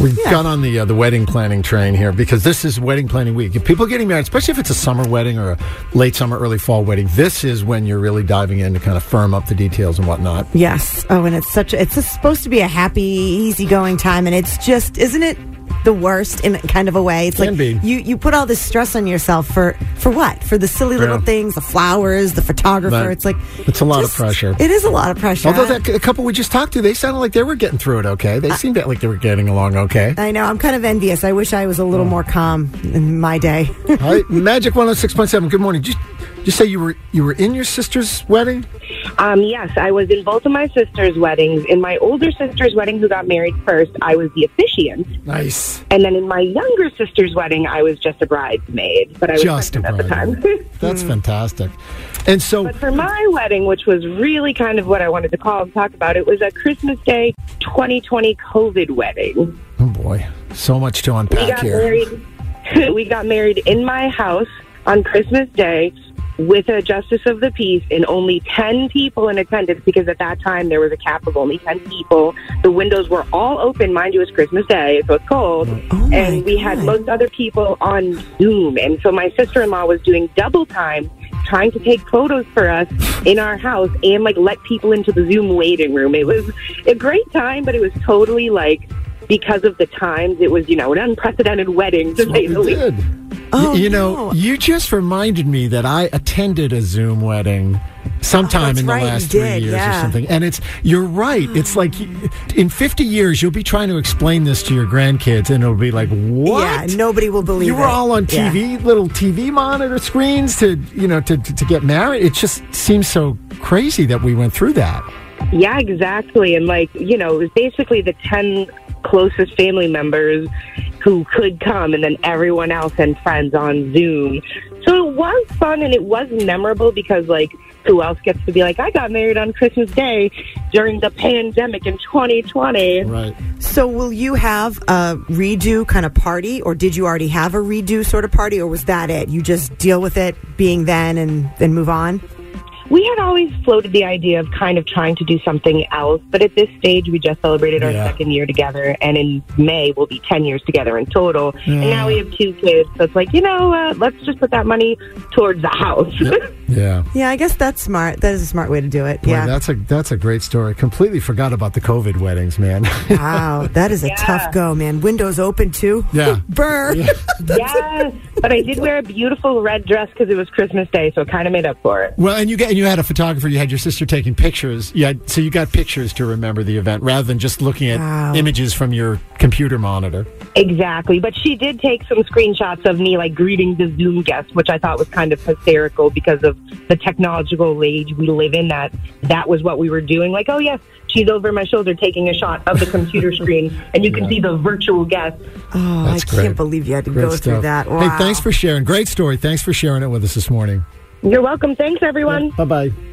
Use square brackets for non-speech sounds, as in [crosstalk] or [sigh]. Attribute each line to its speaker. Speaker 1: We got on the uh, the wedding planning train here because this is wedding planning week. If people are getting married, especially if it's a summer wedding or a late summer, early fall wedding, this is when you're really diving in to kind of firm up the details and whatnot.
Speaker 2: Yes. Oh, and it's such. A, it's just supposed to be a happy, easygoing time, and it's just, isn't it? The worst in kind of a way. It's
Speaker 1: Can
Speaker 2: like
Speaker 1: be.
Speaker 2: you you put all this stress on yourself for for what? For the silly little
Speaker 1: Yeah.
Speaker 2: things, the flowers, the photographer.
Speaker 1: Right.
Speaker 2: It's like
Speaker 1: It's a lot of pressure.
Speaker 2: It is a lot of pressure.
Speaker 1: Although that the couple we just talked to, they sounded like they were getting through it okay.
Speaker 3: Uh.
Speaker 1: They seemed like they were getting along
Speaker 3: [laughs]
Speaker 1: okay.
Speaker 2: I know. I'm kind of envious. I wish I was a
Speaker 1: Oh.
Speaker 2: little more calm in my day. [laughs]
Speaker 1: All right, Magic one hundred six point seven. Good morning. Just just say you were you were in your sister's wedding.
Speaker 3: Um, yes, I was in both of my sisters' weddings. In my older sister's wedding, who got married first, I was the officiant.
Speaker 1: Nice.
Speaker 3: And then in my younger sister's wedding, I was just a bridesmaid. But I was
Speaker 1: Just a
Speaker 3: pregnant at the
Speaker 1: bride.
Speaker 3: time. [laughs]
Speaker 1: That's fantastic. And so
Speaker 3: but for my wedding, which was really kind of what I wanted to call and talk about, it was a Christmas Day 2020 COVID wedding.
Speaker 1: Oh boy, so much to
Speaker 3: We
Speaker 1: unpack
Speaker 3: got
Speaker 1: here.
Speaker 3: married. [laughs] we got married in my house on Christmas Day with a justice of the peace, and only ten people in attendance because at that time there was a cap of only ten people. The windows were all open, mind you. It's Christmas Day, so it's cold,
Speaker 2: Oh, my
Speaker 3: and we had
Speaker 2: God.
Speaker 3: most other people on Zoom, and so my sister-in-law was doing double time. Trying to take photos for us in our house and like let people into the Zoom waiting room. It was a great time, but it was totally like because of the times, it was, you know, an unprecedented wedding to
Speaker 1: That's what
Speaker 3: say the
Speaker 1: we
Speaker 3: least.
Speaker 1: did.
Speaker 2: Oh,
Speaker 1: Y- you know,
Speaker 2: no.
Speaker 1: you just reminded me that I attended a Zoom wedding sometime
Speaker 2: that's
Speaker 1: in the
Speaker 2: right, you
Speaker 1: last three
Speaker 2: did,
Speaker 1: years or
Speaker 2: yeah. Mm.
Speaker 1: something. And it's you're right. It's like y- in 50 years you'll be trying to explain this to your grandkids and it'll be like, "What?"
Speaker 2: Yeah, nobody will believe
Speaker 1: you were
Speaker 2: it.
Speaker 1: all on
Speaker 2: Yeah.
Speaker 1: TV, little TV monitor screens to, you know, to, to, to get married. It just seems so crazy that we went through that.
Speaker 3: Yeah, exactly. And like, you know, it was basically the 10 closest family members who could come and then everyone else and friends on Zoom. So it was fun and it was memorable because like, who else gets to be like, I got married on Christmas Day during the pandemic in 2020.
Speaker 1: Right.
Speaker 2: So, will you have a redo kind of party, or did you already have a redo sort of party, or was that it? You just deal with it being then and then move on?
Speaker 3: We had always floated the idea of kind of trying to do something else, but at this stage, we just celebrated our
Speaker 1: Yeah.
Speaker 3: second year together, and in May, we'll be 10 years together in total. And now we have two kids, so it's like, you know what? Let's just put that money towards the house. [laughs]
Speaker 1: Yeah.
Speaker 2: Yeah, I guess that's smart. That is a smart way to do it.
Speaker 1: Boy,
Speaker 2: yeah.
Speaker 1: that's a that's a great story. Completely forgot about the COVID weddings, man. [laughs]
Speaker 2: Wow, that is a tough go, man. Windows open too.
Speaker 1: Yeah.
Speaker 2: [laughs] Burr.
Speaker 3: yes, but I did wear a beautiful red dress because it was Christmas Day, so it kind of made up for it.
Speaker 1: well, and you got, and you had a photographer. You had your sister taking pictures. Yeah, so you got pictures to remember the event rather than just looking at
Speaker 2: Wow.
Speaker 1: images from your computer monitor.
Speaker 3: Exactly. But she did take some screenshots of me, like, greeting the Zoom guests, which I thought was kind of hysterical because of the technological age we live in, that that was what we were doing. Like, oh, yes, she's over my shoulder taking a shot of the computer screen, and you can see the virtual guest.
Speaker 2: Oh,
Speaker 1: That's
Speaker 2: I
Speaker 1: great.
Speaker 2: can't believe you had to
Speaker 1: Great
Speaker 2: go
Speaker 1: stuff.
Speaker 2: through that. Wow.
Speaker 1: Hey, thanks for sharing. Great story. Thanks for sharing it with us this morning.
Speaker 3: You're welcome. Thanks, everyone.
Speaker 1: Bye bye.